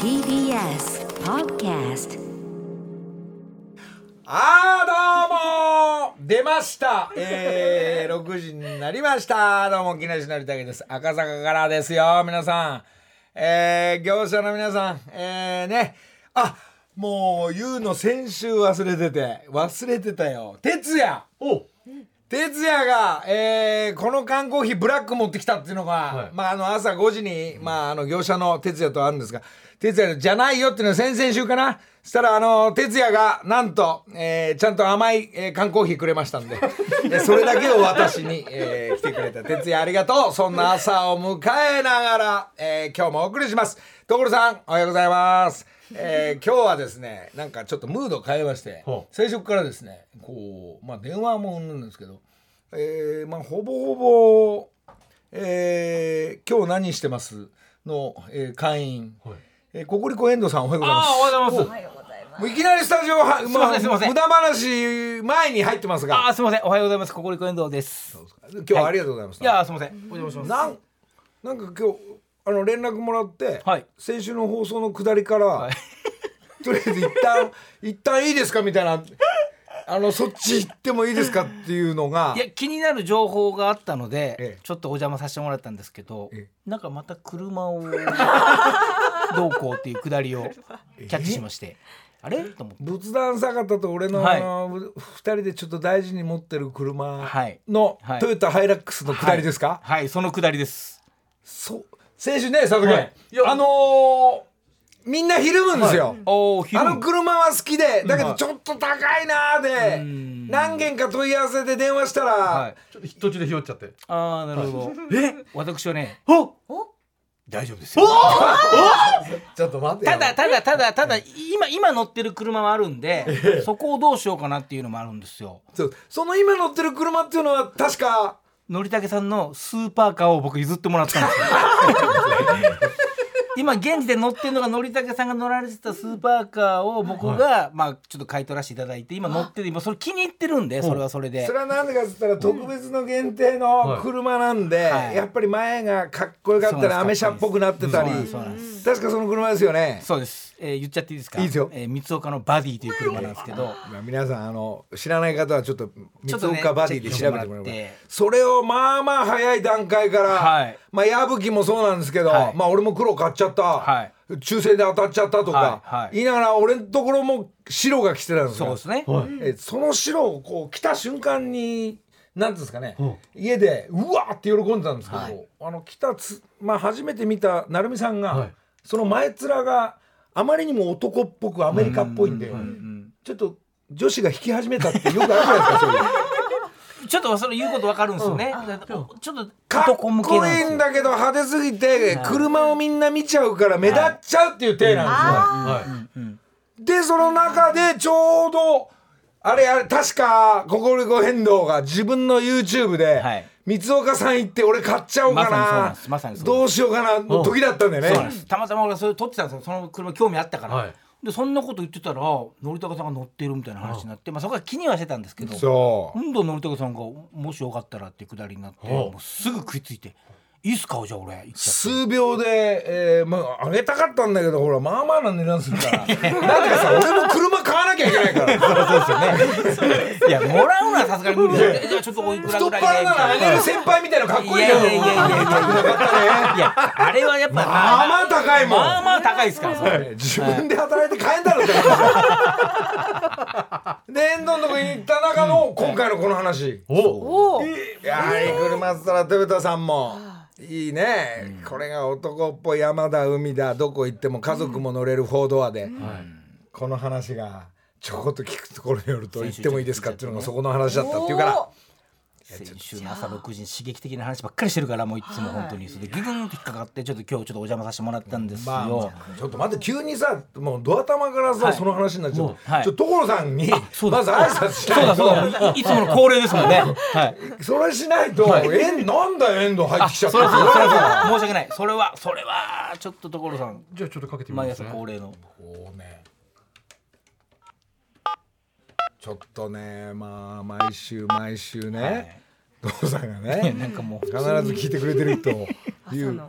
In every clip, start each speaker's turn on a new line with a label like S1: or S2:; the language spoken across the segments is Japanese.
S1: TBS Podcast
S2: あーどうもー出ましたえー、6時になりましたどうも木梨憲武です赤坂からですよ皆さんえー、業者の皆さんえー、ねあもう言うの先週忘れてて忘れてたよ哲也
S3: お
S2: 哲也が、えーこの缶コーヒーブラック持ってきたっていうのが、
S3: い
S2: まあ、あの朝5時に、まあ、あの業者の哲也とあるんですが哲也じゃないよっていうのは先々週かなそしたらあの哲也がなんと、えーちゃんと甘い、えー缶コーヒーくれましたんででそれだけを私に、えー来てくれた哲也ありがとうそんな朝を迎えながら、えー今日もお送りします所さんおはようございます、えー今日はですねなんかちょっとムード変えまして
S3: ほう
S2: 最初からですねこう、まあ、電話もうんんですけど、えーまあ、ほぼほぼ、えー今日何してます?」の、えー会員、
S3: はい
S2: えー、ココリコ遠藤さんおはようございま
S3: あ
S2: す
S3: ーおはようございます
S2: もういきなりスタジオは、
S3: ませんすいません
S2: 無駄話前に入ってます
S3: あ
S2: が
S3: ーすいませんおはようございますココリコ遠藤です
S2: 今日はありがとうございまし
S3: い
S2: た、
S3: やーすいませんお邪魔します
S2: なんなんか今日あの連絡もらって、
S3: はい
S2: 先週の放送の下りから、 とりあえず一旦一旦いいですかみたいなあのそっち行ってもいいですかっていうのが
S3: いや気になる情報があったので、
S2: ええ
S3: ちょっとお邪魔させてもらったんですけど、
S2: え
S3: なんかまた 車をどうこうっていうくだりをキャッチしまして、あれと思って
S2: 仏壇坂田と俺の,、
S3: はい
S2: あの2人でちょっと大事に持ってる車
S3: はい
S2: の、
S3: はい
S2: トヨタハイラックスの下りですか、
S3: はいそのくだりです
S2: そう先週ね佐藤君、
S3: はいいや
S2: あのーみんなひるむんですよ、
S3: おお
S2: あの車は好きでだけど
S3: はい
S2: ちょっと高いなーで
S3: ん
S2: 何件か問い合わせで電話したら、
S3: はい
S4: ちょっと途中で拾っちゃって。
S3: ああなるほど、え私はね
S4: お
S3: 大丈夫ですよ
S2: ちょっと待ってよ
S3: ただただただただ今今乗ってる車はあるんでそこをどうしようかなっていうのもあるんですよ
S2: そうその今乗ってる車っていうのは確か
S3: のりたけさんのスーパーカーを僕譲ってもらったんで すよ今現時で乗ってるのがのりたけさんが乗られてたスーパーカーを僕が、まあちょっと買い取らせていただいて今乗ってて今それ気に入ってるんでそれはそれで
S2: それは何でかっつったら特別の限定の車なんで、
S3: はい
S2: やっぱり前がかっこよかった
S3: そうなんで
S2: り
S3: す
S2: アメ車っぽくなってたり
S3: そうなんです
S2: 確かその車ですよね。
S3: そうです、えー言っちゃっていいですか
S2: いいですよ
S3: えー三岡のバディという車なんですけど
S2: まあ皆さんあの知らない方はちょっと
S3: ちょ
S2: 三
S3: っとね
S2: 岡バディで調べてもらえば
S3: チェックしてもらって
S2: それをまあまあ早い段階から、
S3: はい
S2: まあ矢吹もそうなんですけど、
S3: はい
S2: まあ俺も黒買っちゃった、
S3: は
S2: 抽選で当たっちゃったとか、
S3: はいはい
S2: 言いながら俺のところも白が来てたんです
S3: そう
S2: よ
S3: ですね、
S4: はい。
S2: えその白をこう来た瞬間に何んですかね、
S4: うん
S2: 家でうわーって喜んでたんですけど、
S3: はい
S2: あの来たつ、まあ、初めて見た成美さんが、
S4: はい
S2: その前面があまりにも男っぽくアメリカっぽいんで、
S3: うん
S2: ちょっと女子が引き始めたってよくあるじゃないですかそういう
S3: ちょっとそれ言うことわかるんですよね、だからちょっと
S2: かっ
S3: 男向け
S2: こ
S3: なん
S2: い
S3: です
S2: い
S3: よ
S2: んだけど派手すぎて
S3: はい
S2: 車をみんな見ちゃうから目立っちゃうっていう体なん
S4: は
S2: ですよ、でその中でちょうどあれあれ確かココリコ変動が自分の YouTube で、
S3: はい
S2: 三岡さん行って俺買っちゃおうかな,、
S3: まさにそうなんですまさにそうです
S2: どうしようかなの時だったんだよね、
S3: そうなんですたまたま俺がそれ撮ってたんですよその車興味あったから、
S4: はい
S3: でそんなこと言ってたらのりたけさんが乗ってるみたいな話になって、まあ、そこは気にはしてたんですけど
S2: そう
S3: 今度のりたけさんが「もしよかったら」ってくだりになって
S4: おう
S3: もうすぐ食いついて「いいっすかじゃあ俺行っちゃ
S2: 数秒で、えーまあ、上げたかったんだけどほらまあまあな値段する からなんかさ俺も車買わなきゃいけないから
S3: って」いやもらうのはさすがに無理でじゃあちょっとおいくら
S2: 太っ
S3: ぐらいで」
S2: 腹なら上
S3: みた
S2: げ
S3: い
S2: る先輩みたいなのかっこいい
S3: やい
S2: じゃん
S3: やいやいやいやいやいやあれはやっぱ
S2: まあまあ高いもん
S3: まあまあ高いですからそれ
S2: 自分で働いて帰んだろって話 で遠藤のとこ行った中の今回のこの話
S4: い。お。
S2: いやーいい車っつったら豊田さんもいいねこれが男っぽい山だ海だどこ行っても家族も乗れる4ドアでこの話がちょこっと聞くところによると行ってもいいですかっていうのがそこの話だったっていうから
S3: 先週の朝6時に刺激的な話ばっかりしてるからもういつも本当にそれでギュグンって引っかかってちょっと今日ちょっとお邪魔させてもらったんですよ、
S2: まあ、ちょっと待って急にさもうドア玉からさ、
S3: はい
S2: その話になっちゃう、
S3: はい
S2: ちょっと所さんにまず
S3: そうだ
S2: 挨拶した
S3: そ
S2: い
S3: うだそうだいいつもの恒例ですも んねはい
S2: それしないと、えんなんだ遠藤入ってきちゃった
S3: それはそうだそれはそうだ申し訳ないそれはそれはちょっと所さん
S4: じゃあちょっとかけてみま
S3: 毎
S4: す
S3: 朝
S4: ね。
S3: 恒例の
S2: こうねちょっとねまあ毎週毎週ね、所さんがね
S3: なんかもう
S2: 必ず聞いてくれてるという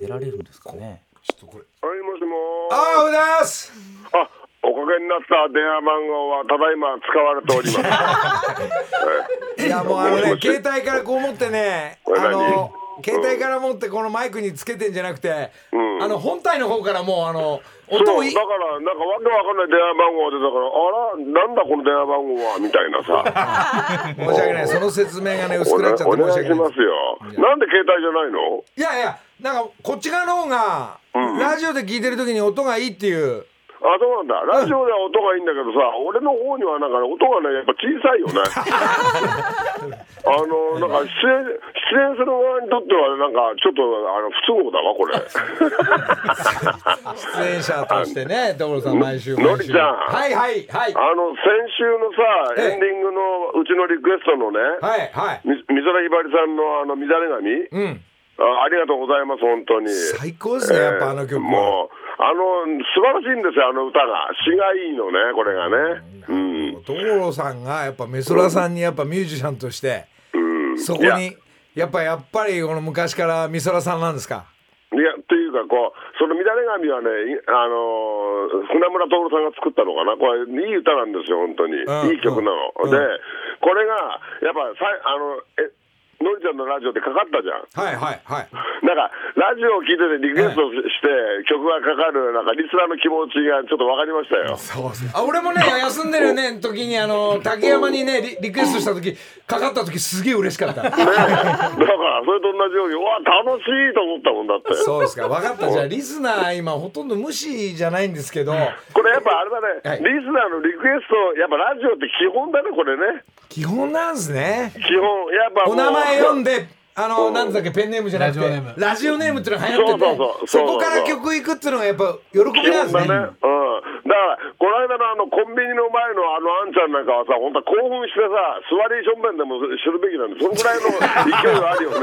S3: 出られるんですかね
S2: ちょっとこれ
S4: はい、もしも
S2: あ
S4: ー。
S2: あおはようございます
S4: あ、おかげになった電話番号はただいま使われております。
S2: いやもうあのね 携帯からこう持ってね
S4: これ
S2: あ
S4: 何
S2: の携帯から持ってこのマイクにつけてんじゃなくて、
S4: うん
S2: あの本体の方からもうあの
S4: そう、だ
S2: 音をい
S4: から、なんかわけわかんない電話番号出たから、あら、なんだこの電話番号は、みたいなさ。
S2: 申し訳ないその説明がね 薄
S4: お
S2: くなっちゃって申し
S4: 願い
S2: 訳
S4: し
S2: ない
S4: ますよ。なんで携帯じゃないの
S2: いやいやなんかこっち側の方が、ラジオで聞いてる時に音がいいっていう
S4: あ、そうなんだ。ラジオでは音がいいんだけどさ、俺の方にはなんかね、音がね、やっぱ小さいよね。 あの、なんか出演、出演する側にとっては、なんかちょっと、あの、不都合だわ、こ れ。
S2: 出演者としてね所さん毎週
S4: の
S2: 毎
S4: り
S2: 週
S4: ちゃん
S2: はいはいはい
S4: あの、先週のさ、
S2: ええ
S4: エンディングのうちのリクエストのね、
S2: はいはい
S4: み美空ひばりさんのあの、乱れ髪、
S2: うん
S4: あありがとうございます、本当に。
S2: 最高ですねやっぱあの曲
S4: えーもう、あの、素晴らしいんですよ、あの歌が。詩がいいのね、これがね。うん。
S2: 所さんがやっぱ美空さんにやっぱミュージシャンとして
S4: うん、
S2: そこ
S4: いやい
S2: にやっぱやっぱりこの昔から美空さんなんですか
S4: や、というか、こう、その乱れ髪はね、いあのー船村徹さんが作ったのかな、これ、いい歌なんですよ、本当に。
S2: うん
S4: いい曲なの。
S2: うん
S4: で、これが、やっぱさい、あの、え、のりちゃんのラジオでかかったじゃん。
S2: はいはいはい
S4: なんか、ラジオを聞いててリクエストして、曲がかかる、なんか、リスナーの気持ちがちょっとわかりましたよ。
S2: そうですねあ俺もね休んでるね時にあの竹山にねリリクエストした時かかった時すげえ嬉しかった
S4: ねえだから、それと同じように、うわ、楽しいと思ったもんだって。
S2: そうですか分かったじゃあリスナー今ほとんど無視じゃないんですけど
S4: これやっぱあれ
S2: は
S4: だね、
S2: い
S4: リスナーのリクエスト、やっぱラジオって基本だね、これね。
S2: 基本なんですね
S4: 基本、やっぱも
S2: お
S4: う
S2: 名前読ん
S4: で。
S2: であのなんだっけペンネームじゃなくて
S3: ラジオネーム
S2: ラジオネームっていうのが流行ってて
S4: そうそうそ
S2: そ
S4: う
S2: こから曲いくっていうのがやっぱ喜び
S4: 基
S2: なんで
S4: 本だ
S2: すね
S4: ね。うん。だから、この間のあの、コンビニの前のあの、あんちゃんなんかはさ、本当は興奮してさ、座りしょんべんでもするべきなんで、そのぐらいの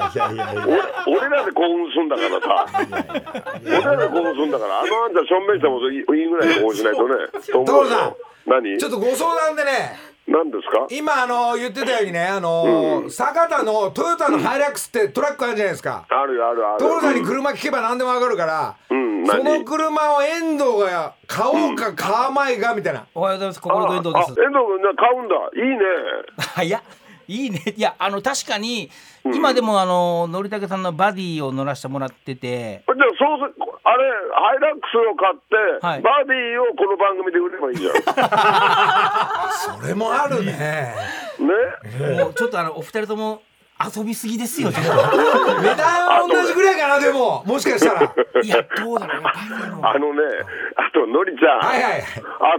S4: 勢いがあるよね。俺俺らで興奮するんだからさ。俺らで興奮するんだから、あのあんちゃんしょんべんしてもいいいいぐらいの興奮しないとね。そう思
S2: 所
S4: う
S2: さん
S4: よ何
S2: ちょっとご相談でね
S4: 何ですか
S2: 今あの言ってたようにねあの、坂田のトヨタのハイラックスってトラックあるじゃないですか
S4: あるよあるある。
S2: 所さんに車聞けば何でも分かるから、
S4: うん
S2: その
S4: 何
S2: 車を遠藤が買おうか買わないかみたいな、
S3: おはようございます心と遠藤です
S4: ああ遠藤君ね買うんだ。いいね。
S3: 早っ いいねいやあの確かに今でもあののりたけさんのバディを乗らせてもらってて
S4: じゃあそうすあれハイラックスを買って、
S3: はい
S4: バディをこの番組で売ればいいじゃん。
S2: それもあるね
S4: ね。
S3: もうちょっとあのお二人とも遊びすぎですよちょっ
S2: 値段は同じぐらいかなでももしかしたら
S3: といやどうだろうバディの
S4: あのね、あとのりちゃん。
S2: はいはい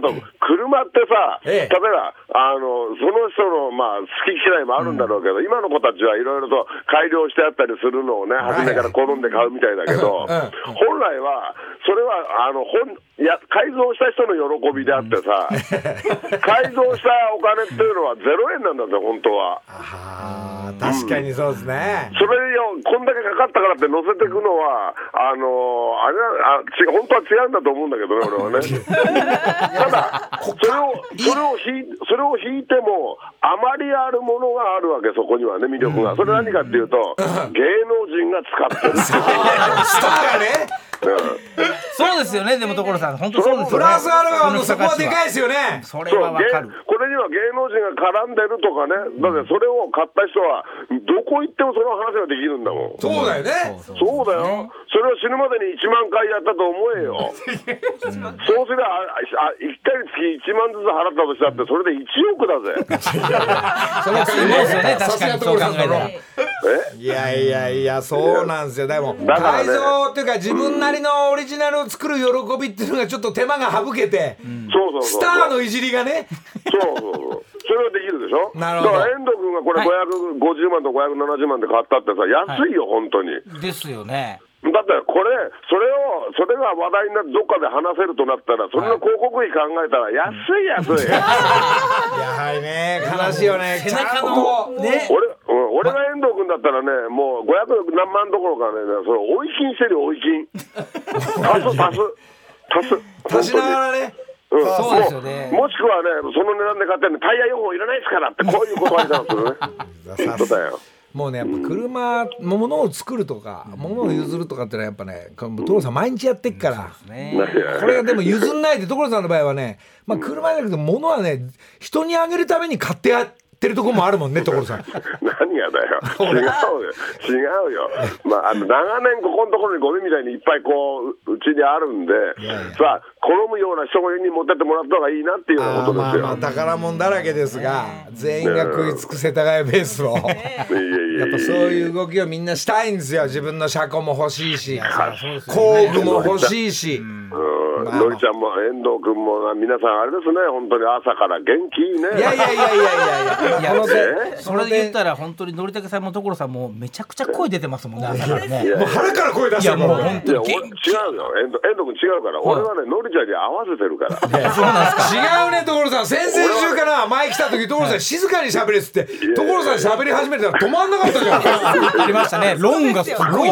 S4: あと車ってさ、
S2: ええ
S4: 例えばあのその人のまあ好き嫌いもあるんだろうけど、今の子たちはいろいろと改良してあったりするのをね、
S2: はい
S4: 初めから好んで買うみたいだけ
S2: うんう
S4: ど、
S2: ん
S4: 本来はそれはあの本いや改造した人の喜びであってさ、 改造したお金っていうのはゼロ円なんだぜ本当は。
S2: あー確かにそうですね、
S4: それよ、こんだけかかったからって乗せていくのは、あのーあれはあち、本当は違うんだと思うんだけどね、俺 はね。ただ、それを、それを引い、それを引いても、あまりあるものがあるわけ、そこにはね、魅力が。それ何かっていうと、芸能人が使ってるっ
S2: あ
S4: ていう
S2: ースターがね
S3: そうですよねでも所さん本当そうですよね
S2: プラスアルファもそこは
S3: の
S2: でかいですよね
S3: それ
S4: そう
S3: はわかる
S4: 芸これには芸能人が絡んでるとかね、だってそれを買った人は、どこ行ってもその話ができるんだもん。
S2: そうだよね
S3: そう
S4: そうだよ、それを死ぬまでに1万回やったと思え よ、そうすりゃああ、1回につき1万ずつ払ったとしたって、それで1億だ ぜ、
S2: その考
S3: そうですよね
S2: さ
S3: 確
S2: す
S3: か
S2: が
S3: にそう
S2: 所さん
S3: 考
S2: だ
S3: えた
S2: ろ
S3: ら
S4: え
S2: いやいやいやそうなんですよでも
S4: だから
S2: 改
S4: ね
S2: 造っていうか自分なりのオリジナルを作る喜びっていうのがちょっと手間が省けて
S4: そうそうそ
S2: ス
S4: う、
S2: ターのいじりがね
S4: そうそうそう、それはできるでしょ、
S2: なるほど
S4: だから遠藤君がこれ、
S3: はい
S4: 550万と570万で買ったってさ、安いよ、本当に。
S3: ですよね
S4: だってこれ、それを、それが話題になって、どっかで話せるとなったら、それの広告費考えたら、安い、安い。
S2: やはりね悲しいよね
S3: 背
S2: ちゃん
S3: 中
S2: と
S3: のね
S4: 俺うん俺が遠藤君だったらね、もう500何万どころかね、それ、追い金してるよ、追い金。足す、足す、足
S2: 足
S4: す。
S2: しながら
S4: 本
S2: ね
S4: 当に。うん、
S3: そうですよね
S4: もうもしくはね、その値段で買ってんの、タイヤ予報いらないですからって、こういうことありたんですよね。本当だよ。
S2: もうねやっぱ車も物を作るとか物を譲るとかってのはやっぱねこれもう所さん毎日やってっから、
S3: ね
S2: これがでも譲んないで所さんの場合はね、まあ、車じゃなくて物はね人にあげるために買ってやってるとこもあるもんね所 さん。
S4: 何がだよ。違うよ。違うよ。まあ、あの、長年ここのところにゴミみたいにいっぱいこう、ううちにあるんで、さあ、好むような商品に持ってってもらった方がいいなっていうような
S2: あ
S4: こ
S2: ー
S4: と
S2: まあまあ
S4: で
S2: 宝物だらけですが全員が食い尽くせたがやベースを。
S4: すよ。いえいえいえ
S2: やっぱそういう動きをみんなしたいんですよ自分の車庫も欲しいし
S3: そうですよね
S2: 工具も欲しいし
S4: うん
S2: まあまあ
S4: のりちゃんも遠藤君もな皆さんあれですね本当に朝から元気いいね
S2: いやいやいやいやいやいや
S3: いや
S2: この
S4: え
S2: 手
S3: それで言った
S2: ら
S3: ら本当にのりたけさんも所さんもめちゃくちゃ声出てますもんね朝からね
S4: いや
S2: もう腹から声出してる
S3: いやもう
S2: これ
S3: 本
S4: いや俺違うよ遠藤遠藤君違うから俺はねのりちゃんに合わせてるから
S2: 違うね所さん先々週から前来た時所さん静かに喋れっつって所さん喋り始めたら止まんなかったじゃん
S3: ありましたねロンがすごい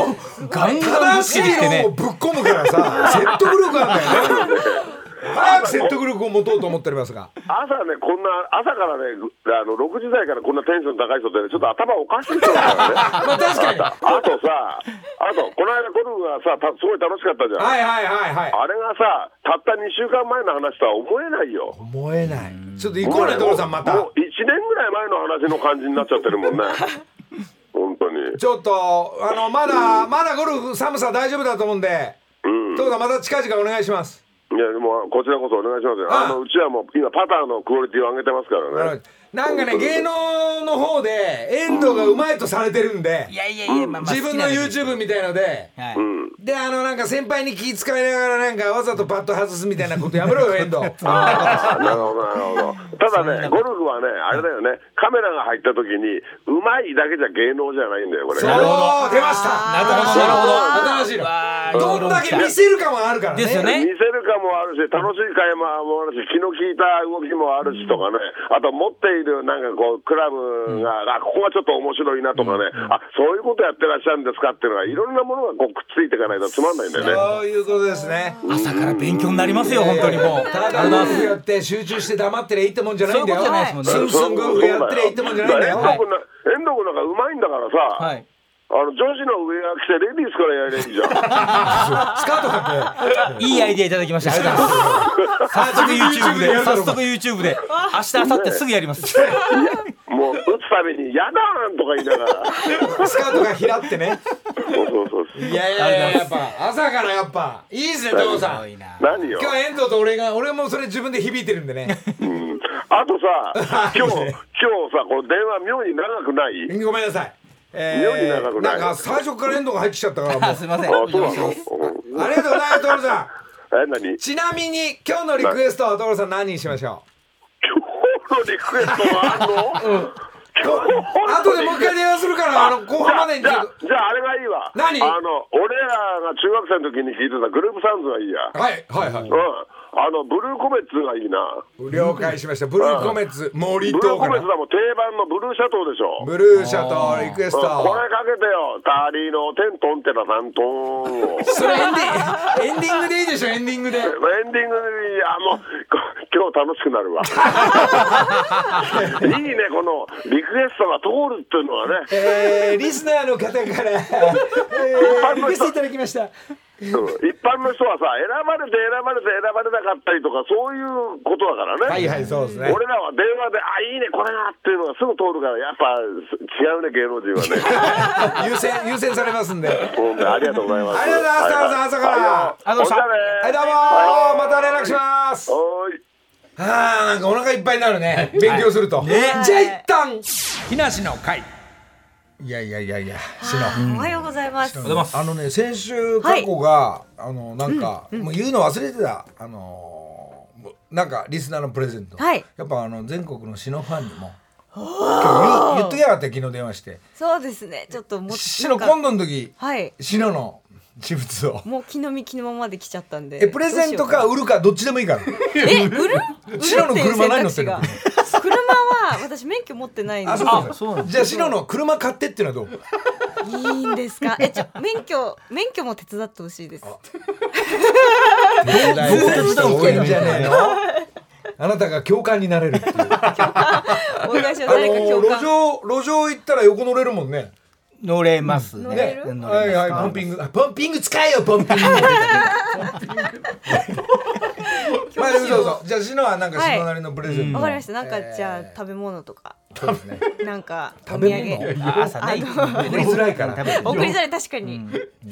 S3: ガンガンぶ
S2: 正
S3: つ
S2: し
S3: けてきて
S2: い
S3: ね
S2: のをぶっ込むからさ説得力あるんだよね早く説得力を持とうと思っておりますが
S4: 朝ねこんな朝からねあの6時台からこんなテンション高い人ってねちょっと頭おかしい人だ からね
S2: まあ確かには
S4: あとさあとこの間ゴルフがさたすごい楽しかったじゃん、
S2: いはいはいはい
S4: あれがさたった2週間前の話とは思えないよ
S2: 思えないちょっと行こうね所さんまた
S4: もう1年ぐらい前の話の感じになっちゃってるも んね本当に
S2: ちょっとあのまだまだゴルフ寒さ大丈夫だと思うんで
S4: うん
S2: 所さんまた近々お願いします
S4: いやでもこちらこそお願いしますよあのうちはもう今パターのクオリティを上げてますからね
S2: なんかね芸能の方で遠藤がうまいとされてるんで
S3: いやいやいやまあまあ
S2: 自分の
S3: 好きなんですけ
S2: YouTube みたいので
S3: どはい
S4: うん
S2: であのなんか先輩に気遣いながらなんかわざとバット外すみたいなことやめろよ遠 藤
S4: あなるほどなるほどただねゴルフはねあれだよねカメラが入った時にうまいだけじゃ芸能じゃないんだよこれ
S2: そう
S4: ね
S2: 出ました
S3: なる
S2: 新
S3: ほどなるほど
S2: しいの
S3: わー
S2: どんだけ見せるかもあるからね
S3: ですよね
S4: 見せるかもあるし楽しい会話もあるし気の利いた動きもあるしとかねあと持っているなんかこうクラブが、あここがちょっと面白いなとかね、あそういうことやってらっしゃるんですかっていうのがいろんなものがこうくっついていかないとつまんないんだよね
S2: そういうことですね
S3: 朝から勉強になりますよ本当にもう
S2: ただゴルフやって集中して黙ってりゃいいってもんじゃないんだよ
S3: そういうことじゃないですもんね
S2: スンスンゴルフやってりゃいいってもんじゃないんだよ、
S4: 遠藤君な遠藤君なんかうまいんだからさ、
S3: はい
S4: あの女子の上着着てレディースからやればいいじゃん。
S2: スカートかけ
S3: いいアイディアいただきました。ありがとうございます。早速 YouTube で、早速 YouTube で、明日、明後日すぐやります。
S4: もう打つために嫌だなんとか言いながら。
S2: スカートが開ってね
S4: そうそうそう。
S2: いやいやいややっぱ朝からやっぱいいですね所さん今
S4: 何よ
S2: 日。は遠藤と俺が俺もそれ自分で響いてるんでね
S4: うんあとさ、今日、今日さ、この電話妙に長くない
S2: ごめんなさいえ
S4: 妙に長くない
S2: んか最初から遠藤が入ってきちゃったからも
S3: あ
S2: う
S3: す いません。
S4: あ、そうなのうん
S2: ありがとうございます所さん
S4: え、何今日
S2: ちなみに今日のリクエストは所さん何にしましょ
S4: のリクエストはあんの
S2: う後でもう一回電話するからあの後半までに
S4: じ
S2: ちょっ
S4: ゃあ
S2: と、
S4: じゃああれがいいわ。
S2: 何
S4: あの、俺らが中学生の時に聞いてたグループサウンズがいいや。
S2: はいはいはい
S4: うん。あの、ブルーコメッツがいいな。
S2: 了解しました。ブルーコメッツ、森
S4: ブルー
S2: と
S4: コ
S2: か
S4: メ
S2: な
S4: ッツ。だもん定番のブルーシャトーでしょ。
S2: ブルーシャとリクエス
S4: うんこ
S2: ト。
S4: れかけてよ、タリのテントンテナさんとんを。
S2: それエンディング、 エンディングでいいでしょ、エンディングで。
S4: エンディングに、いや、もう、 こ今日楽しくな るわ。いいね、このリクエストが通るっていうのはね、
S2: えー、リスナーの方から、えー、リクエストいただきました。
S4: うん一般の人はさ、選ばれて選ばれて選ばれなかったりとか、そういうことだからね。
S2: はいはい、そうですね。
S4: 俺らは電話で、あ、いいね、これがっていうのがすぐ通るから、やっぱ違うね、芸能人はね。
S2: 優先、優先されますんで。はい、
S4: 本当にありがとうございます。
S2: ありがとうございます
S4: は
S2: 朝から
S3: ありがとうございました
S4: はい
S2: どうもーまた連絡します。
S4: おい。
S2: あー、なんかお腹いっぱいになるね。勉強すると。じゃあ一旦、
S3: 木梨の会。
S2: いやいやいやいや、しの。
S1: おはようございます。
S3: ございます
S2: あのね先週過去が、あのなんか、もう言うの忘れてたあのーもうなんかリスナーのプレゼント、
S1: はい
S2: やっぱあの全国の詩のファンにも今日言う言っときやがって昨日電話して
S1: そうですね。ちょっともっ
S2: 詩の今
S1: 度
S2: 度の時
S1: はい。
S2: 詩のの私物を
S1: もう気の身気のままで来ちゃったんで。
S2: えプレゼントか
S1: どう
S2: 売るかどっちでもいいから
S1: しようかなえ売る？売る
S2: 白の
S1: っていう
S2: 車
S1: 選
S2: ないの
S1: 択肢が
S2: って
S1: 車は私免許持ってないんで
S2: あ
S1: す
S2: そ。うかそうかじゃあ詩のの車買ってっていうのはどう
S1: いいんですか。えちょ免許免許も手伝ってほしいです。
S2: 絶対多いんじゃねえのあなたが共感になれるっていうあ
S1: お願いします。
S2: の
S1: 誰か共
S2: 路
S1: 感。
S2: 上路上行ったら横乗れるもんね
S3: 乗れます
S1: 乗
S3: ね
S1: れ
S2: ね
S1: る
S3: 乗
S2: はい
S3: れま
S2: はい
S3: す
S2: ポンピングあポンピング使えよポンピングまあそうそうじゃあシノはなんかシノなりのプレゼント
S1: わかりました。なんかじゃあ食べ物とか、
S2: そうですね
S1: なんかお
S2: 食
S1: 土産
S2: べ物
S3: あ朝ね
S2: 送りづらいから
S1: 送りづらい確かに。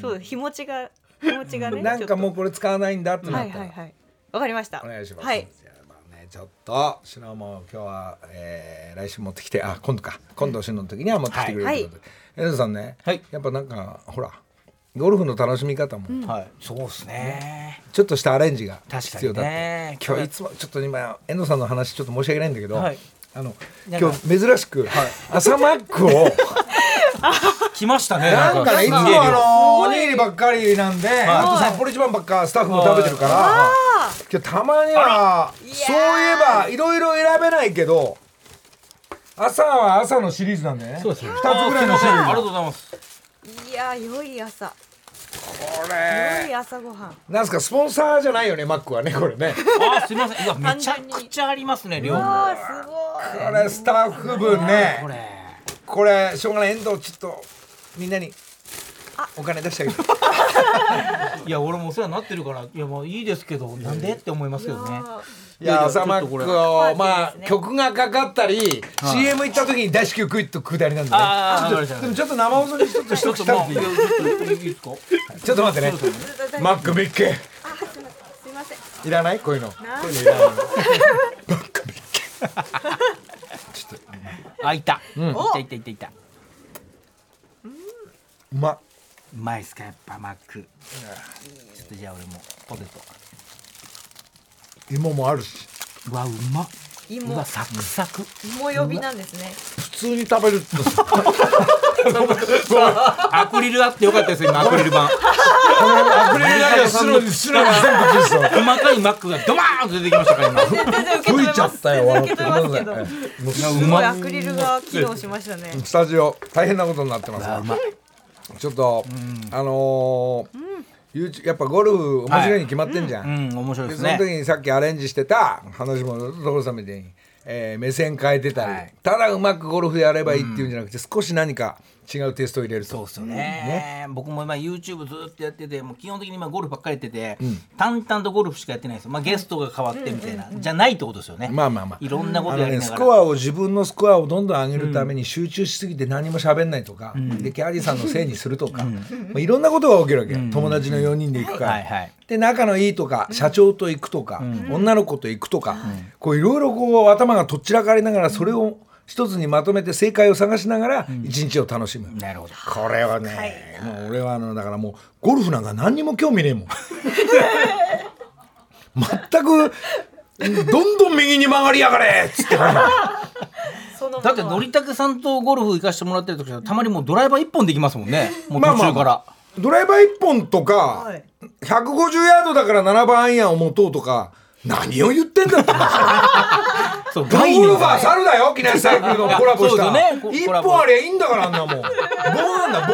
S1: そうです日持ちが日持ちがね。
S2: なんかも
S1: う
S2: うこれ使わないんだって
S1: は
S2: なっ
S1: い
S2: た
S1: はい
S2: ら
S1: はい。わかりました。
S2: お願いします。
S1: はい。
S2: じゃあまあね、ちょっと、シノも今日は、えー、来週持ってきて、あ、今度か。今度シノの時には持ってきてくれるということで。エルさんね、
S3: はい
S2: やっぱなんか、ほら、ゴルフの楽しみ方も、
S3: はいそうですね
S2: ちょっとしたアレンジが
S3: 確か
S2: 必要
S3: に
S2: だって。
S3: ね
S2: 今日いつもちょっと今遠藤さんの話ちょっと申し訳ないんだけど、
S3: はい
S2: あの
S3: なん
S2: 今
S3: か
S2: 日珍しく、朝マックを
S3: 来ましたね
S2: なんかねいつも
S3: すげえ量
S2: あのおにぎりばっかりなんで、あと札幌一番ばっかスタッフも食べてるから、今日たまにはそういえばいろいろ選べないけど朝は朝のシリーズなんでね
S3: そうですね
S2: 2つぐらいのシリ
S3: ありがと
S2: ーズ
S3: うございます
S1: いやー良い朝。
S2: こ
S1: 良い
S2: れ
S1: 朝ごはん。
S2: なんすかスポンサーじゃないよねマックはねこれね
S3: あーすみませんいやめちゃくちゃありますね量
S1: あーすごい。
S2: これスタッフ分ね
S3: これ
S2: これしょうがない遠藤ちょっとみんなにお金出してあ げる
S3: いや俺もお世話になってるからいやもういいですけどなんでって思いますけどね
S2: いや
S3: ちょ
S2: 朝
S3: っ
S2: マ
S3: と
S2: ッ
S3: こ
S2: ク
S3: れ
S2: をまあ曲がかかったり CM 行った時に大至急食いっとくだりなんだね
S3: ああち
S2: でもちょっと生放送にちょっとし
S3: ょ
S2: とく
S3: っと
S2: た
S3: も
S2: って
S3: う
S2: い
S3: いや
S2: う
S3: ちょっといいですか
S2: ちょっと待ってねマックビッケ
S1: あーすいませんすいません。
S2: いらないこういうの
S1: なん
S2: こういうのいらない
S3: あいた、いたいたいたいた
S2: うまっ
S3: うまいっすかやっぱマックちょっとじゃあ俺もポテト
S2: 芋もあるし
S3: うわうまっう
S1: 芋
S3: わサクサク
S1: 芋呼びなんですね。
S2: 普通に食べるとこ
S3: アクリルあってよかったですよ 今アクリル板
S2: のアクリルだけは白の白の全部ジュース
S3: 細かいマックがドバーンと出てきましたから今
S1: 全然受け
S2: を
S1: 止
S2: 吹
S1: めま
S2: い
S1: す。
S2: ちゃったよ
S1: 全然
S2: 笑っ
S1: 受
S2: て
S1: け
S2: ごめん
S1: 止めますけど
S2: な。さいもう
S1: すごいアクリルが機能しましたね。
S2: スタジオ大変なことになってます
S3: あうまい
S2: ちょっと、あのー YouTube やっぱゴルフ面白いに決まってんじゃん、
S3: うん面白いで
S2: ですその
S3: ね
S2: 時にさっきアレンジしてた話も所さんみたいに、えー目線変えてたり、ただうまくゴルフやればいいっていうんじゃなくて、少し何か違うテストを入れると
S3: そうっすよね僕も今 YouTube ずーっとやっててもう基本的に今ゴルフばっかりやってて、淡々とゴルフしかやってないんですよ、まあ、ゲストが変わってみたいな、じゃないってことですよね
S2: まあまあまあ
S3: いろんなこ
S2: あ
S3: と
S2: の
S3: やり
S2: ね、
S3: な
S2: ス
S3: が
S2: コ
S3: ら
S2: アを自分のスコアをどんどん上げるために集中しすぎて何も喋んないとか、でキャディーさんのせいにするとか、まあ、いろんなことが起きるわけ、友達の4人で行くから、
S3: はいはい
S2: で仲のいいとか社長と行くとか、女の子と行くとか、こういろいろこう頭がとっちらかりながらそれを一つにまとめて正解を探しながら一日を楽しむ。
S3: なるほど
S2: これはね、もう俺はあのだからもうゴルフなんか何にも興味ねえもん。 全くどんどん右に曲がりやがれっつってからな
S1: その
S3: だってのりたけさんとゴルフ行かしてもらってる時はたまにもうドライバー一本できますもんねもう途中から、
S2: ドライバー1本とか、
S1: い
S2: 150ヤードだから7番アイアンを持とうとか何を言ってんだって
S3: そう
S2: ゴ
S3: 概念
S2: ルファ
S3: が
S2: ー猿だよ木梨サークルのコラボした
S3: そうですねこ
S2: 一
S3: コラボ
S2: 本ありゃいいんだからあんなもん棒なんだ棒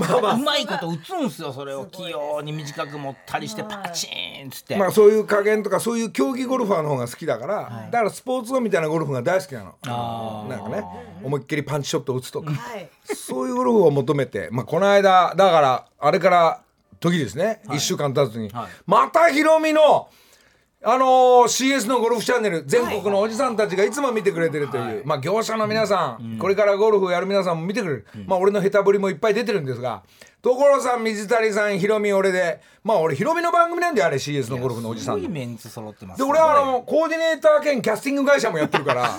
S3: うまいこと打つんすよそれを器用に短く持ったりしてパチーンっつって、
S2: まあそういう加減とかそういう競技ゴルファーの方が好きだから、だからスポーツみたいなゴルフが大好きなの
S3: あー
S2: なんかね思いっきりパンチショットを打つとか、
S1: はい。
S2: そういうゴルフを求めて、まあ、この間だからあれから時ですね、一1週間経つに、
S3: はい
S2: またヒロミの、あのー CS のゴルフチャンネル全国のおじさんたちがいつも見てくれてるという、まあ、業者の皆さん、これからゴルフをやる皆さんも見てくれる、まあ、俺の下手ぶりもいっぱい出てるんですが所さん水谷さんヒロミ俺でまあ俺ヒロミの番組なんであれ CS のゴルフのおじ
S3: す
S2: さ
S3: ご
S2: んの
S3: いメンツ揃ってます
S2: で
S3: ね
S2: 俺はあのコーディネーター兼キャスティング会社もやってる から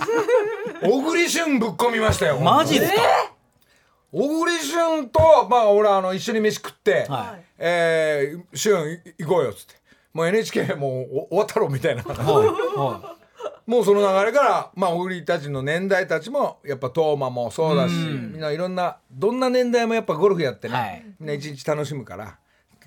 S2: 小栗旬ぶっ込みましたよ
S3: マジですか、
S2: 小栗旬と、まあ、俺あの一緒に飯食って「
S3: はい
S2: えー、旬行こうよ」っつって「もう NHK もうお終わったろ」みたいな
S3: はいは
S2: もうその流れから、まあ、小栗たちの年代たちもやっぱトーマもそうだしみんないろんなどんな年代もやっぱゴルフやってね、
S3: はい
S2: みんな一日楽しむから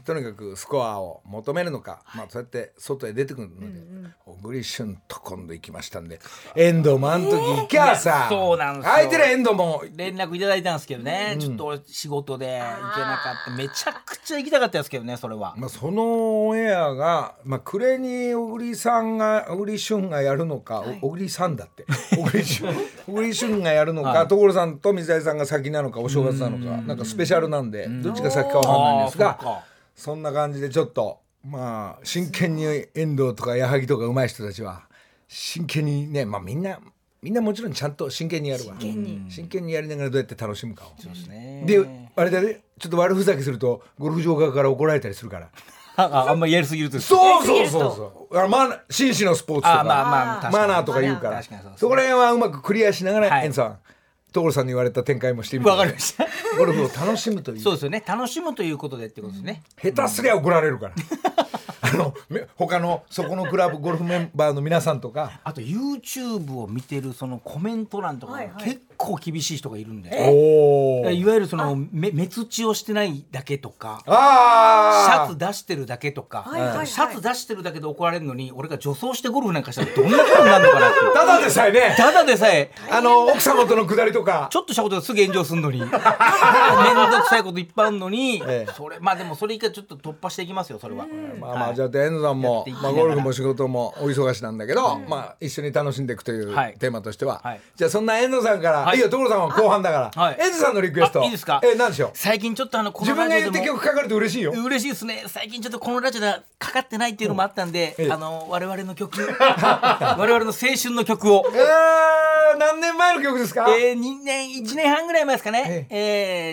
S2: とにかくスコアを求めるのか、まあ、そうやって外へ出てくるので、小栗旬と今度行きましたんで遠藤もあの時行きゃさ、
S3: えーそうなんですよ
S2: 相手の遠藤も
S3: 連絡いただいたんですけどね、ちょっと俺仕事で行けなかっためちゃくちゃ行きたかったですけどねそれは、
S2: まあ、そのオンエアが、まあ、暮れに小栗さんが小栗旬がやるのか、お小栗さんだって小栗旬小栗旬がやるのか、所さんと水谷さんが先なのかお正月なのかなんかスペシャルなんでどっちが先かわかんないんです
S3: あーそっ
S2: が
S3: か
S2: そんな感じでちょっとまあ真剣に遠藤とか矢作とか上手い人たちは真剣にね、まあ、みんなみんなもちろんちゃんと真剣にやるわ真剣にやりながらどうやって楽しむかを。
S3: ね
S2: であれだねちょっと悪ふざけするとゴルフ場側から怒られたりするから。
S3: ああんまりやりすぎるとう
S2: そうそうそうそう。あのマナー紳士のスポーツとか、
S3: あまあまあ確かに
S2: マナーとか言うから、
S3: 確かにそうですね
S2: そこら辺はうまくクリアしながら、
S3: はい
S2: エンさん、所さんに言われた展開もしてみて。
S3: わかりました。
S2: ゴルフを楽しむという。
S3: そうですよね楽しむということでってことですね、
S2: 下手すりゃ怒られるから。あのめ他のそこのクラブゴルフメンバーの皆さんとか、
S3: あと YouTube を見てるそのコメント欄とかも
S1: はいはい
S3: 結構厳しい人がいるんで、
S2: おお。
S3: いわゆるその目目つちをしてないだけとかシ
S2: ああ。
S3: ャツ出してるだけとか、
S1: はいはいはい
S3: シャツ出してるだけで怒られるのに俺が女装してゴルフなんかしたらどんなことになるのかなっていう
S2: ただでさえね、
S3: ただでさえ
S2: あの奥様とのくだりとか
S3: ち。ょっとしたことですぐ炎上するの に面倒くさいこといっぱいあるのに、
S2: ええ
S3: それまあでもそれ一回ちょっと突破していきますよそれは、
S2: まあま
S3: は
S2: あ
S3: い
S2: じゃあ遠藤さん
S3: やっ
S2: も
S3: ていきな
S2: まあ
S3: がら
S2: ゴルフも仕事もお忙しなんだけどまあ一緒に楽しんでいくという
S3: はい
S2: テーマとしては
S3: はい
S2: じゃあそんな遠藤さんから
S3: はい
S2: いいよ所さんは後半だから
S3: はい
S2: 遠藤さんのリクエスト
S3: あいいですか
S2: えなんでしょう
S3: 最近ちょっとあのこ
S2: 自
S3: の
S2: 分
S3: ラジ
S2: が言っ
S3: オ
S2: て
S3: でも
S2: 曲かかると嬉しいよ
S3: 嬉しいですね最近ちょっとこのラジオではかかってないっていうのもあったんで、
S2: ええ
S3: あの我々の曲 我々の青春の 曲を、
S2: あー何年前の曲ですか
S3: えー、2年1年半ぐらい前ですかね
S2: え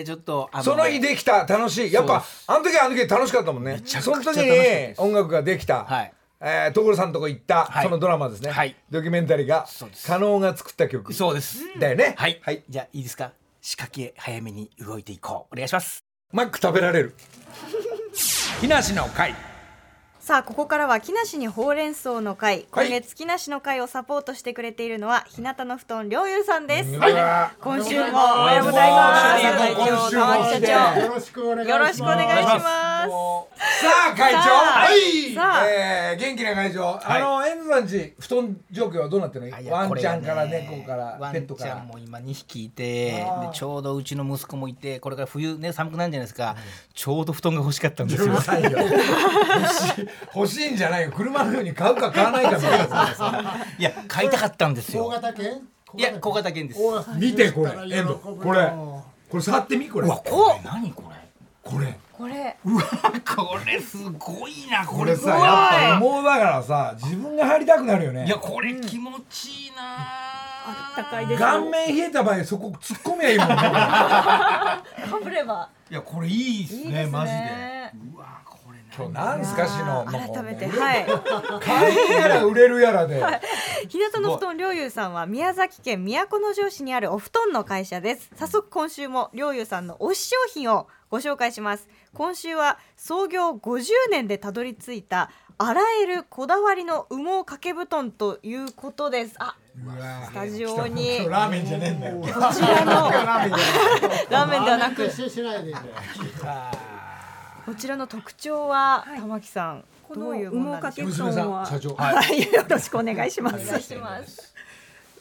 S3: えーちょっとあ
S2: その日できた楽しいやっぱあの時はあの時で楽しかったもんね
S3: ちゃく
S2: そ
S3: ちゃ
S2: の
S3: 楽しかっ
S2: 時
S3: た
S2: に
S3: です
S2: 音楽ができ
S3: は
S2: た
S3: い
S2: えー所さんとこ行った
S3: はい
S2: そのドラマですね
S3: はい
S2: ドキュメンタリーが
S3: そうです
S2: 加納が作った曲
S3: そうです、
S2: だよね
S3: はい、
S2: はい
S3: じゃあいいですか仕掛け早めに動いていこうお願いします
S2: マック食べられる
S3: 木梨の会
S1: さあここからは木梨にほうれん草の会
S2: はい
S1: 今月木梨の会をサポートしてくれているのは日向の布団りょうゆうさんです、
S2: うわー
S1: 今週もおはようございます
S2: おは
S1: 会
S2: ようござ
S1: 長
S2: います
S1: 河合社長
S5: よろしくお願いします。
S1: よろしくお願いします
S2: さあ会長
S1: さあ
S2: はい
S1: さあ
S2: えー元気な会長、あの遠藤さんち布団状況はどうなってる
S3: あい
S2: の
S3: や
S2: ワンちゃん
S3: これ
S2: か
S3: が
S2: ら
S3: ね
S2: 猫からペットか
S3: ワンちゃ
S2: ら
S3: んも今2匹いてでちょうどうちの息子もいてこれから冬ね寒くなるんじゃないですか、ちょうど布団が欲しかったんですよ
S2: うるさいよ欲しい欲しいんじゃないよ車のように買うか買わないかみたいない
S3: や買いたかったんです
S5: 大
S3: よ
S5: 型犬。
S3: いや小型犬です
S5: 大型犬
S2: 見てこれ遠藤これこれ触ってみこれ
S3: これ何これ
S2: これ
S1: これ
S3: うわ これすごいなこ
S2: こ
S3: れ
S2: れさやっぱ羽毛だからさ自分が入りたくなるよね
S3: いやこれ気持ちいいな
S1: 高いですよ
S2: 顔面冷えた場合そこ突っ込みゃいいもんね
S1: かぶれば
S3: いやこれいいっす
S1: いい
S3: ね
S1: ですね
S3: マジでうわこれ
S2: 今日何すかしの
S1: あー改めてはい
S2: 買いやら売れるやら で
S1: 日向の布団りょうゆうさんは宮崎県都城市にあるお布団の会社です早速今週もりょうゆうさんの推し商品をご紹介します今週は創業50年でたどり着いたあらゆるこだわりの羽毛掛け布団ということですあスタジオにこ
S2: ラーメンじゃねえんだよ
S1: ちら のラーメンではなく
S5: 決してしないで。
S1: こちらの特徴は玉木さん
S6: こ
S1: ど
S6: の
S1: ういう
S6: 羽
S1: もの
S6: 毛
S1: なんで
S6: 掛
S1: しょ
S6: け
S1: う
S6: 布
S2: 娘さ
S6: 団
S2: ん
S6: は
S2: 社長
S6: はい、よろしくお願いします。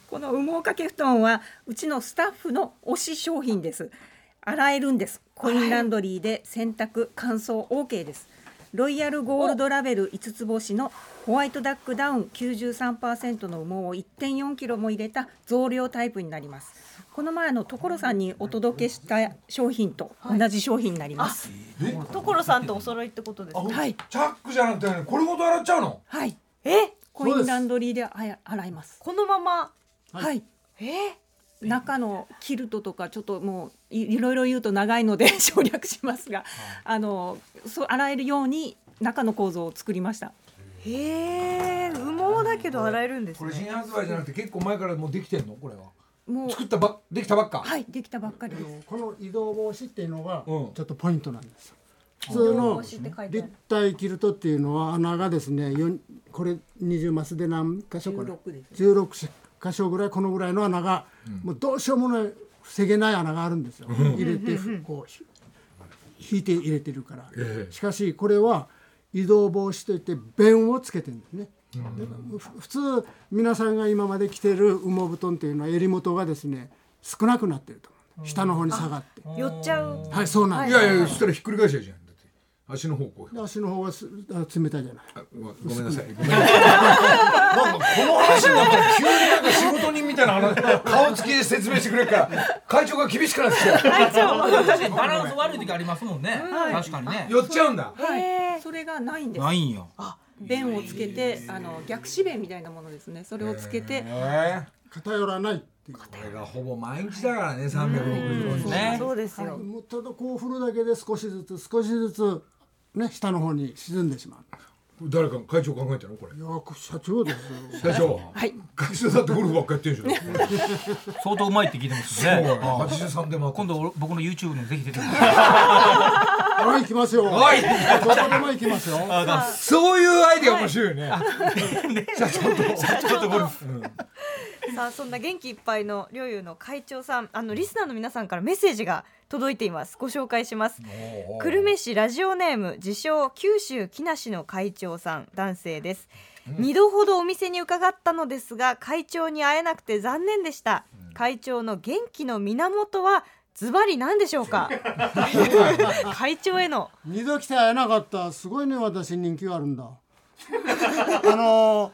S6: この羽毛掛け布団はうちのスタッフの推し商品です。洗えるんです。コインランドリーで洗濯乾燥 OK です。ロイヤルゴールドラベル5つ星のホワイトダックダウン93%の羽毛を1.4キロも入れた増量タイプになります。この前あの所さんにお届けした商品と同じ商品になります。
S1: 所さんとお揃いってことですか
S6: はい、
S2: チャックじゃなくてこれごと洗っちゃうの
S6: はい、
S1: え
S6: コインランドリーであや洗います。
S1: このまま
S6: はい
S1: え
S6: 中のキルトとかちょっともういいろいろ言うと長いので 省略しますが、あのそう洗えるように中の構造を作りました。
S1: へえ羽毛だけど洗えるんです
S2: これ新
S1: ね
S2: 発売じゃなくて結構前からもうできてんのこれは
S6: もう
S2: 作ったばっできたばっか
S6: はいできたばっかりです。
S5: この移動防止っていうのがち
S2: うん
S5: ょっとポイントなんですよ。普通の
S6: 移動防止って書いてあ
S5: 立
S6: る
S5: 体キルトっていうのは穴がですね、よんこれ20マスで何箇所かな
S6: 16です
S5: 16箇所ぐらいこのぐらいの穴がもうどうしようもない防げない穴があるんですよ。入れてこう引いて入れてるから、
S2: ええ
S5: しかしこれは移動防止といって弁をつけてるんですね、だからふ普通皆さんが今まで着てる羽毛布団というのは襟元がですね少なくなってると思う下の方に下がって、
S1: 寄っちゃう
S5: はいそうなん
S2: い
S5: です、
S2: やいや、そしたらひっくり返しちゃうじゃん。だって足の方向。
S5: で足の方がすあ冷たいじゃない
S2: あごごめんなさい。ごめんなさいなんかこの話になったら急になんか仕事人みたいな話顔つきで説明してくれるから会長が厳しくなってきた。
S3: 確かにバランス悪い時ありますもんね。確かにね。
S2: 寄っちゃうんだ。
S6: はい、それがないんです
S3: ないんよ。
S6: 弁をつけてあの逆指弁みたいなものですねそれをつけて、
S2: え
S5: 偏らないっていう
S2: えこれがほぼ毎日だからね、三百六十
S3: ね。
S1: そうですよ、
S5: もうただこう振るだけで少しずつ少しずつね下の方に沈んでしまう
S2: 五。誰か会長考えたのこれ。
S5: いや社長ですよ
S2: 社長。
S6: はい
S2: 会社だってゴルフばっかやってるでしょ。
S3: 相当うまいって聞いてますよね。あ
S2: 八十三でも
S3: 今度僕の YouTube にもぜひ出てください。
S5: はい行きますよ
S2: はい
S5: どこでも行きますよ
S2: そういうアイディア面白いよね。社長と社長とゴルフ。
S1: さあそんな元気いっぱいの両友の会長さんあのリスナーの皆さんからメッセージが届いていますご紹介します久留米市ラジオネーム自称九州木梨の会長さん男性です、二度ほどお店に伺ったのですが会長に会えなくて残念でした、会長の元気の源はズバリ何でしょうか会長への
S5: 二度来て会えなかったすごいね私人気があるんだ あのー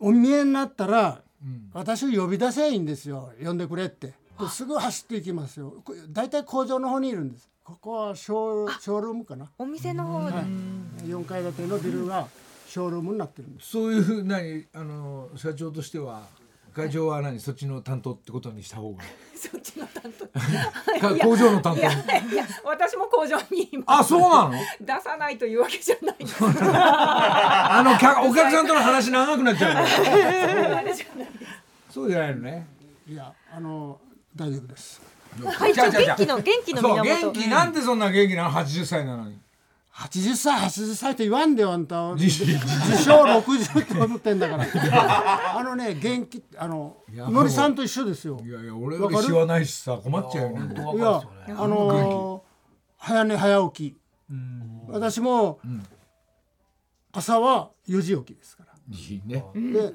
S5: お見えになったら、私を呼び出せばいいんですよ呼んでくれってですぐ走っていきますよこ大体工場の方にいるんですここはショーショールームかな
S1: お店の方で、
S5: 4階建てのビルがショールームになってるんです
S2: そういう何あの社長としては会長は何そっちの担当ってことにした方が
S6: そっちの担 当
S2: か工場の担
S6: いや
S2: 当
S6: いや私も工場に今
S2: あそうなの
S6: 出さないというわけじゃないです
S2: あの客お客さんとの話長くなっちゃうのそうじゃないのね
S5: いやあのー大丈夫です
S1: 会
S2: じゃ
S1: 長
S2: あじゃあじゃ
S1: 元
S2: あ
S1: 気の元気の
S2: そう
S1: 源
S2: 元気なんでそんな元気なの80歳なのに
S5: 80歳80歳って言わんでよあ んた
S2: 自信
S5: 自称60って思ってんだから あのね元気あの
S2: や
S5: のりさんと一緒ですよ
S2: いやいや俺だけしわないしさ困っちゃうよね
S5: いやあのー早寝早起き私も朝は4時起きですから
S2: いいね
S5: で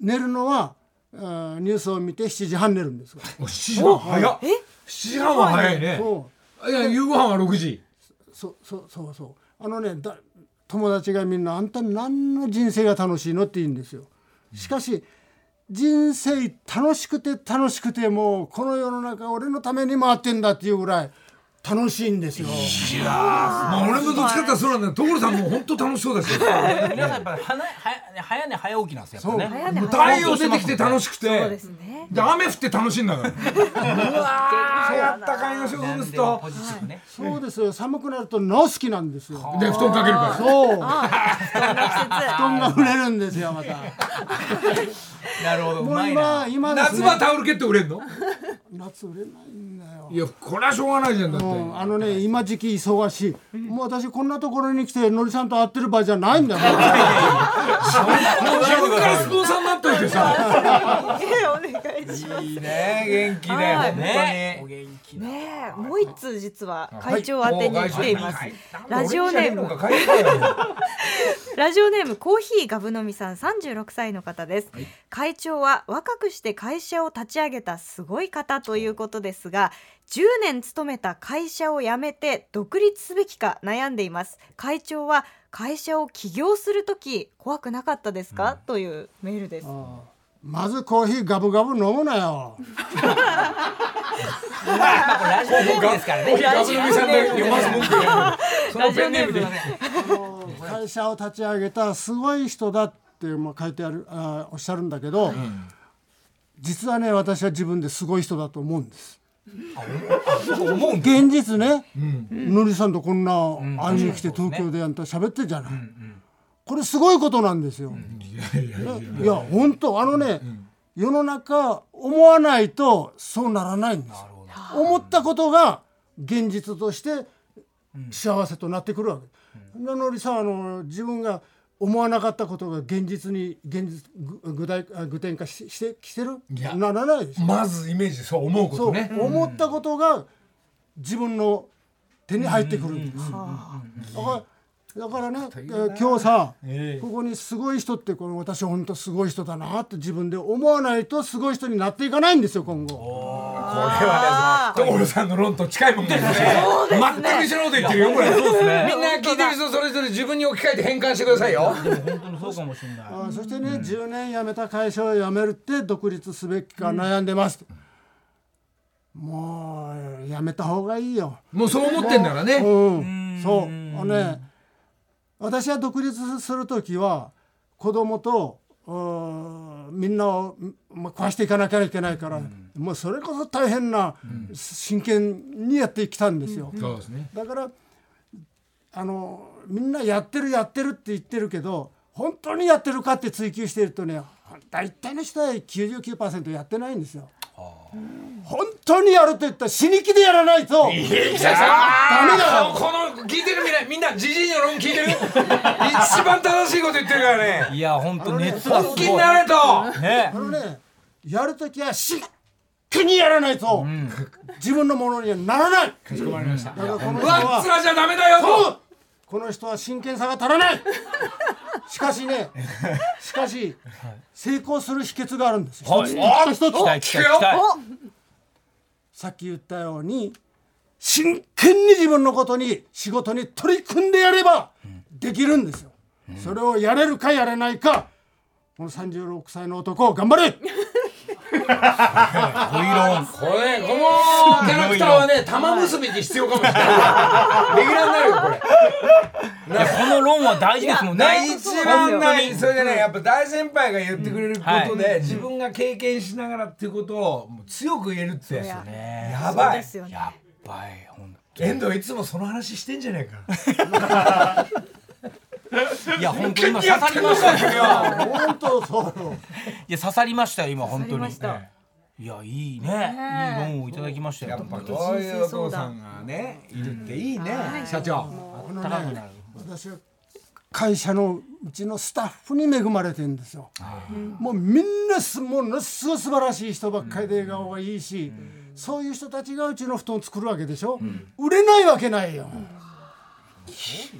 S5: 寝るのはあーニュースを見て7時半寝るんです か
S2: お7時半早っ
S1: え
S2: 7時半は早い
S5: ら
S2: ね
S5: そ
S2: いや夕ご飯は6時
S5: うそうそうそうそうあのねだ友達がみんな「あんた何の人生が楽しいの?」って言うんですよ。しかし人生楽しくて楽しくてもうこの世の中俺のために回ってんだっていうぐらい楽しいんですよ。
S2: いやーまあ俺もどっちかって言ったらそうなんだよ所さんも本当楽しそうだし
S3: 皆さんやっぱり早い早い早寝早起きなんですよ。やっぱね。
S1: 早寝早
S2: 太陽出てきて楽しくて
S1: そうですね
S2: で雨降って楽しいんだからうわーやったかいの植
S3: なん
S2: 物
S3: でも
S2: と
S3: ポジティブね。
S5: そうですよ寒くなるとなお好きなんですよ。
S2: で布団かけるから
S5: そう
S1: 季
S5: 布団が売れるんですよまた。
S3: なるほど。う
S5: もう
S3: まい
S5: 今
S3: な。
S5: 今で
S2: 夏
S5: すね。
S2: 場タオルケット売れんの
S5: 夏売れないんだよ
S2: い。やこれはしょうがないじゃんだって
S5: うんあのね今時期忙しい。もう私こんなところに来てのりさんと会ってる場合じゃないんだよ。
S2: 自分からスポンサーになっといてさ
S1: 節お願いします
S2: いいね元気ね
S1: はい
S2: 本
S3: ね。お
S2: 当に
S3: 元気な。
S1: ねえ、もう一通実は会長宛てに来ています。
S2: はい
S1: ラジオネーム
S2: 俺にじゃねえのか会長だよ
S1: ラジオネームコーヒーガブ飲みさん36歳の方です、会長は若くして会社を立ち上げたすごい方ということですが10年勤めた会社を辞めて独立すべきか悩んでいます会長は会社を起業するとき怖くなかったですか、というメールです
S5: まずコーヒーガブガブ飲むなよ。
S3: これラジオネームですからね。
S2: ガブ飲みさんで読ます文句やるそのペンネームで
S5: 会社を立ち上げたすごい人だってまあ書いてあるあーおっしゃるんだけど、実はね私は自分ですごい人だと思うんです。現実ね、のりさんとこんな会いに来て東京であんた喋ってるじゃない、これすごいことなんですよ、ねいや本当あのね、世の中思わないとそうならないんですよ思ったことが現実として幸せとなってくるわけ、なのりさんあの自分が思わなかったことが現実に現実ぐ具体あ具体化ししてきてる
S2: いや
S5: ならないでしょ
S2: まずイメージそう思うこ
S5: そ
S2: と
S5: う、
S2: ね
S5: 思ったことが自分の手に入ってくるんです。だからだからね、えー今日さ、
S2: ええ
S5: ここにすごい人ってこの私本当すごい人だなって自分で思わないとすごい人になっていかないんですよ今後。
S2: はですね所さんの論と近いもんですね全く一緒のこと言ってるよこれみんな聞いてる人それぞれ自分に置き換えて変換してくださいよ
S3: でも本当にそうかもしれない。
S5: あーそしてね、10年辞めた会社を辞めるって独立すべきか悩んでます。もう辞めた方がいいよ。
S2: もうそう思ってんならね
S5: うん、そうあのね私は独立する時は子供とうんみんなを、まあ、壊していかなきゃいけないから、もうそれこそ大変な、真剣にやってきたんですよ、
S2: そうですね
S5: だからあのみんなやってるやってるって言ってるけど本当にやってるかって追求してるとね大体の人は99%やってないんですよ。本当にやると言ったら死に気でやらないと。
S2: ダ
S5: メだよ
S2: この聞いてるみんなみんなじじいの論聞いて る一番正しいこと言ってるからね
S3: いや本当熱がす
S2: 本
S3: ご
S2: 気
S3: い
S2: になれと
S3: ね
S5: あ。のね、やるときは真剣にやらないと、自分のものにはならない。
S2: かしこまりました
S5: だからこの人
S2: 上っ
S5: は、
S2: 面じゃダメだよ
S5: そ
S2: と
S5: うこの人は真剣さが足らない。しかしね、しかし、成功する秘訣があるんですよ。
S3: はい
S5: 一つ
S3: あ
S5: 一つ
S3: 期待期待期待。
S5: さっき言ったように、真剣に自分のことに、仕事に取り組んでやれば、できるんですよ。それをやれるかやれないか、この36歳の男、頑張れ
S3: ホイロン。
S2: これこのキャラクターはね玉結びに必要かもしれないレギュラーになるよこれ
S3: いやこの論は大事ですもんね。
S2: 一番
S3: 本当
S2: 大
S3: に
S2: 事それでねやっぱ大先輩が言ってくれること
S3: うん
S2: で自分が経験しながらっていうことをもう強く言えるってや
S3: ね
S2: ば
S1: で
S2: い
S1: すよね
S3: やっばい本
S2: 遠藤いつもその話してんじゃねえか
S3: 当。いや本当に今刺さりましたよ。い
S5: 本当そうよ。
S3: や刺さりましたよ今本当に
S1: 刺さりまし。
S3: いやいいね。いい論をいただきましたよ。
S2: やっぱこういうお父さんがねいるっていいね社長
S5: あのね、私は会社のうちのスタッフに恵まれてるんですよ。もうみんなすものすごい素晴らしい人ばっかりで笑顔がいいし、そういう人たちがうちの布団を作るわけでしょ。売れないわけないよ。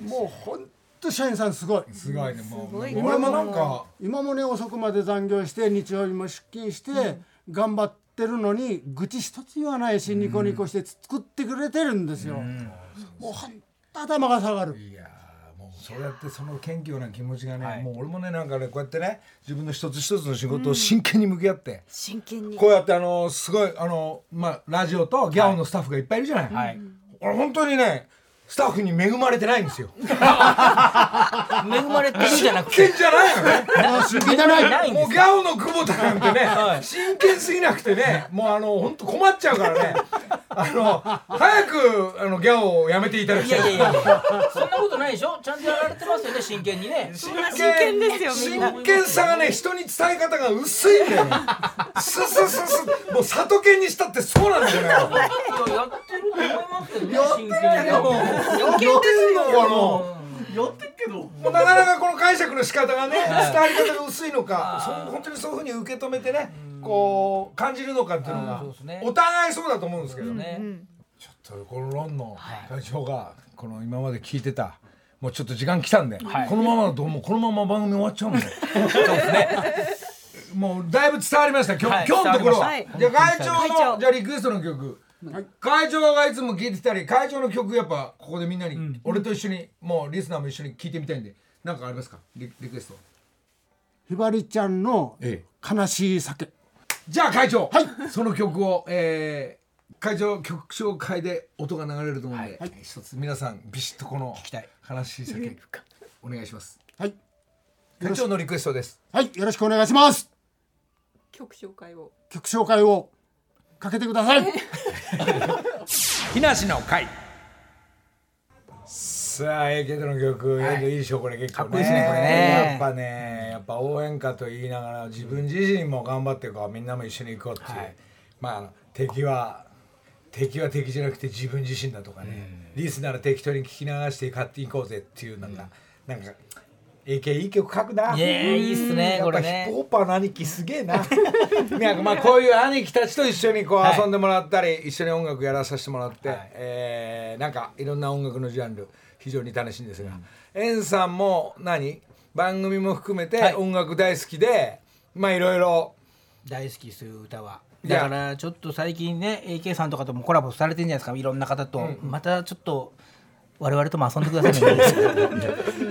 S5: もう本当社員さんすごい。
S2: すごいねもう
S1: ごいね
S2: 俺もなんか
S5: 今もね遅くまで残業して日曜日も出勤して頑張ってるのに愚痴一つ言わないしニコニコして作ってくれてるんですよ。もう本当頭が下がる。
S2: いやーもうそうやってその謙虚な気持ちがね、
S3: はい
S2: もう俺もねなんかねこうやってね自分の一つ一つの仕事を真剣に向き合って、
S1: 真剣に
S2: こうやってあのすごいあのまあラジオとギャオのスタッフがいっぱいいるじゃない、
S3: はい。
S2: 俺本当にねスタッフに恵まれてないんです よ。
S3: 恵まれてるんじゃなくて。
S2: 真剣じゃないのね。
S5: 真剣じゃない。
S3: ないんで
S2: もう
S3: す
S2: ギ
S3: よ。
S2: ャオの久保田なんてね、
S3: はい
S2: 真剣すぎなくてね、もうあの本当困っちゃうからね。あの早くあのギャオをやめていただき
S3: い
S2: た
S3: や
S2: い。
S3: いやいや。そんなことないでしょ。ちゃんとやられてますよね真剣にね。
S2: 真
S1: 真剣ですよみんな
S2: 真剣さがね人に伝え方が薄いんだよねススススもう里犬にしたってそうなんだよね
S3: やってると思いますけどね真剣に。
S2: 余計ですよも
S3: やってるけど。
S2: うなかなかこの解釈の仕方がね伝わり方が薄いのかその本当にそういうふうに受け止めてねこう感じるのかっていうの
S3: あー
S2: が
S3: そうですね
S2: お互いそうだと思うんですけどね
S3: ね。
S2: ちょっとこの論の会長がこの今まで聞いてたもうちょっと時間来たんで、
S3: はい
S2: このままだともうこのまま番組終わっちゃうので もうだいぶ伝わりました今日,、
S3: はい
S2: 今日のところは、
S1: 伝わりま
S2: じゃあ会長
S1: 会
S2: の
S1: 長
S2: じゃあリクエストの曲、会長がいつも聴いてたり会長の曲やっぱここでみんなに、俺と一緒にもうリスナーも一緒に聴いてみたいんで何かありますかリリクエスト
S5: ひばりちゃんの
S2: え
S5: 悲しい酒。
S2: じゃあ会長、その曲を、えー会長曲紹介で音が流れると思うんで、一つ皆さんビシッとこの
S3: きたい
S2: 悲しい叫お願いします
S5: はい。
S2: 会長のリクエストです
S5: はい、よろしくお願いします。
S6: 曲紹介を
S5: 曲紹介をかけてください。
S2: 日梨の会さあ AK との曲、い、いいでしょこれ結構ね
S3: かっこいいですねこれね
S2: やっぱねやっぱ応援歌と言いながら自分自身も頑張っていこうみんなも一緒に行こうっていう、まあ敵は敵は敵じゃなくて自分自身だとかね、リスなら適当に聞き流して買っていこうぜっていうなんか、なんか AK いい曲書くな。
S3: いやいいっすね
S2: や
S3: こ
S2: っぱ
S3: れ
S2: ヒップ
S3: ね
S2: ホッパーの兄貴すげえな。 なんかまあこういう兄貴たちと一緒にこ
S3: はいう
S2: 遊んでもらったり、一緒に音楽やらさせてもらって、
S3: はい
S2: えーなんかいろんな音楽のジャンル非常に楽しいんですが、エンさんも何番組も含め
S3: は
S2: て
S3: い
S2: 音楽大好きで、まあいろいろ
S3: 大好きですよ歌はい
S2: や
S3: だからちょっと最近ね AK さんとかともコラボされてんじゃないですかいろんな方と、またちょっと我々とも遊んでくだ さいね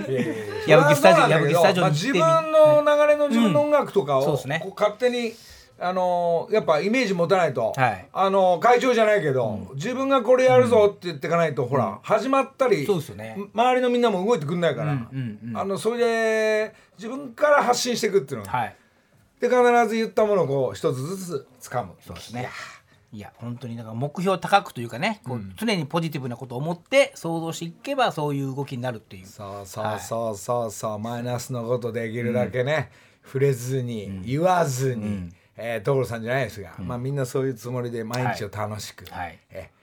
S2: それはそうなんだけどまあ自
S3: 矢吹スタジオ矢吹スタジオに来てみ、
S2: 分の流れの自分の音楽とかを、
S3: そうですね
S2: こう勝手にあのーやっぱイメージ持たないと、
S3: はい
S2: あのー会長じゃないけど、自分がこれやるぞって言ってかないと、ほら、始まったり
S3: そうですよね
S2: 周りのみんなも動いてくんないから、
S3: うんうんうん
S2: あのそれで自分から発信していくっていうの、
S3: はい
S2: で必ず言ったものをこう一つずつ掴む
S3: そうですね。いや本当にだから目標高くというかね、こう常にポジティブなことを思って想像していけばそういう動きになるっていう。
S2: そうそうそうそうそう、マイナスのことできるだけね、触れずに、言わずに、えー所さんじゃないですが、まあみんなそういうつもりで毎日を楽しく、
S3: はい
S2: ええー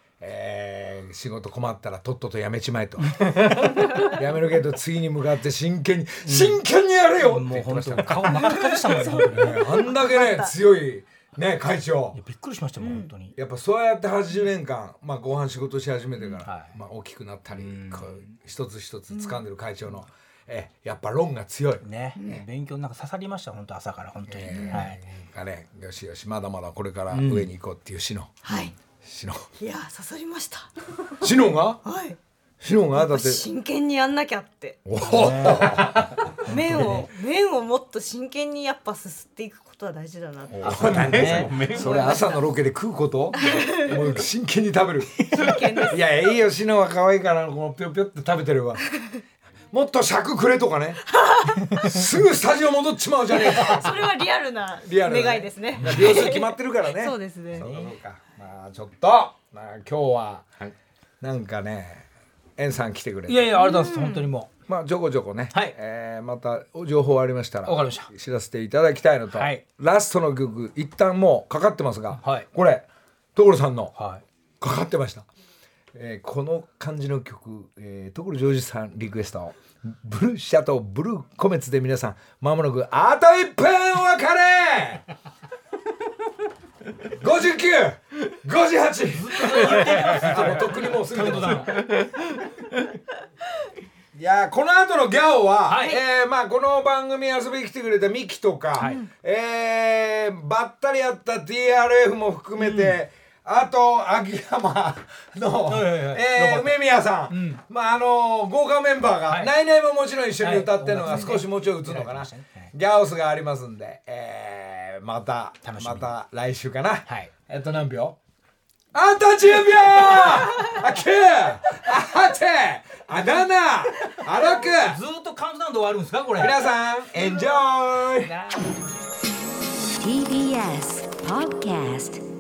S2: 仕事困ったらとっととやめちまえ とやめるけど次に向かって真剣に、真剣にやれよって
S3: も
S2: 言っ
S3: う
S2: てま
S3: 本
S2: した
S3: 当
S2: ね
S3: 顔真っ赤でしたもんね。本当にいや
S2: あんだけね強いね会長
S3: びっくりしましたもん本当に。
S2: やっぱそうやって80年間、まあ、後半仕事し始めてから、
S3: はい
S2: まあ、大きくなったり、こう一つ一つ掴んでる会長の、えやっぱ論が強い。
S3: ね、勉強なんか刺さりました本当朝から本当に。はい。
S2: がね、よしよしまだまだこれから上に行こうっていうシノ、
S1: はい
S2: シノ、
S1: いや刺さりました
S2: シノが、
S1: はい
S2: シノがだって、
S1: 真剣にやんなきゃって
S2: おお、
S1: 麺を麺をもっと真剣にやっぱすすっていくことは大事だなって
S3: ね
S2: それ朝のロケで食うこと、 もう真剣に食べる。いやいいよシノは可愛いからこのぴょぴょって食べてれ ば。もっと尺くれとかね。すぐスタジオ戻っちまうじゃねえか。
S1: それはリアルな
S2: リアルな
S1: 願いですね。
S2: 秒数決まってるから ね。
S1: そうですね
S2: そうかそうか。まあちょっと、まあ今日は、なんかね、エンさん来てくれて
S3: いやいやあれだす本当にもう。
S2: まあちょこちょこね、
S3: はい
S2: えーまた情報ありましたら
S3: わかりました
S2: 知らせていただきたいのと、
S3: はい
S2: ラストの曲一旦もうかかってますが、
S3: はい
S2: これ所さんのか
S3: はい。
S2: かってました、えーこの感じの曲、えー、所ジョージさんリクエストブルーシャとブルーコメツで皆さんまもなくあと1分お別れ 59!58! とっくにもう過ぎてますいやーこの後のギャオは、
S3: はい
S2: えーまあ、この番組遊びに来てくれたミキとか、えーばったり会った TRF も含めて、あと秋山の、
S3: はいはいはい
S2: えー
S3: ロバ
S2: 梅宮さん、まああのー豪華メンバーが、
S3: はい
S2: ナイナイももちろん一緒に歌ってるの
S3: は
S2: が
S3: い
S2: 少しもうちょい打つのかな、
S3: はい
S2: ギャオスがありますんで、えーまた
S3: 楽しみ
S2: ま
S3: に
S2: た来週かな、
S3: はい
S2: えっと何秒あと10秒あ9あ8あ7あ6
S3: ずーっとカウントダウンで終わるんですかこれ。
S2: 皆さんエンジョイ
S7: TBS Podcast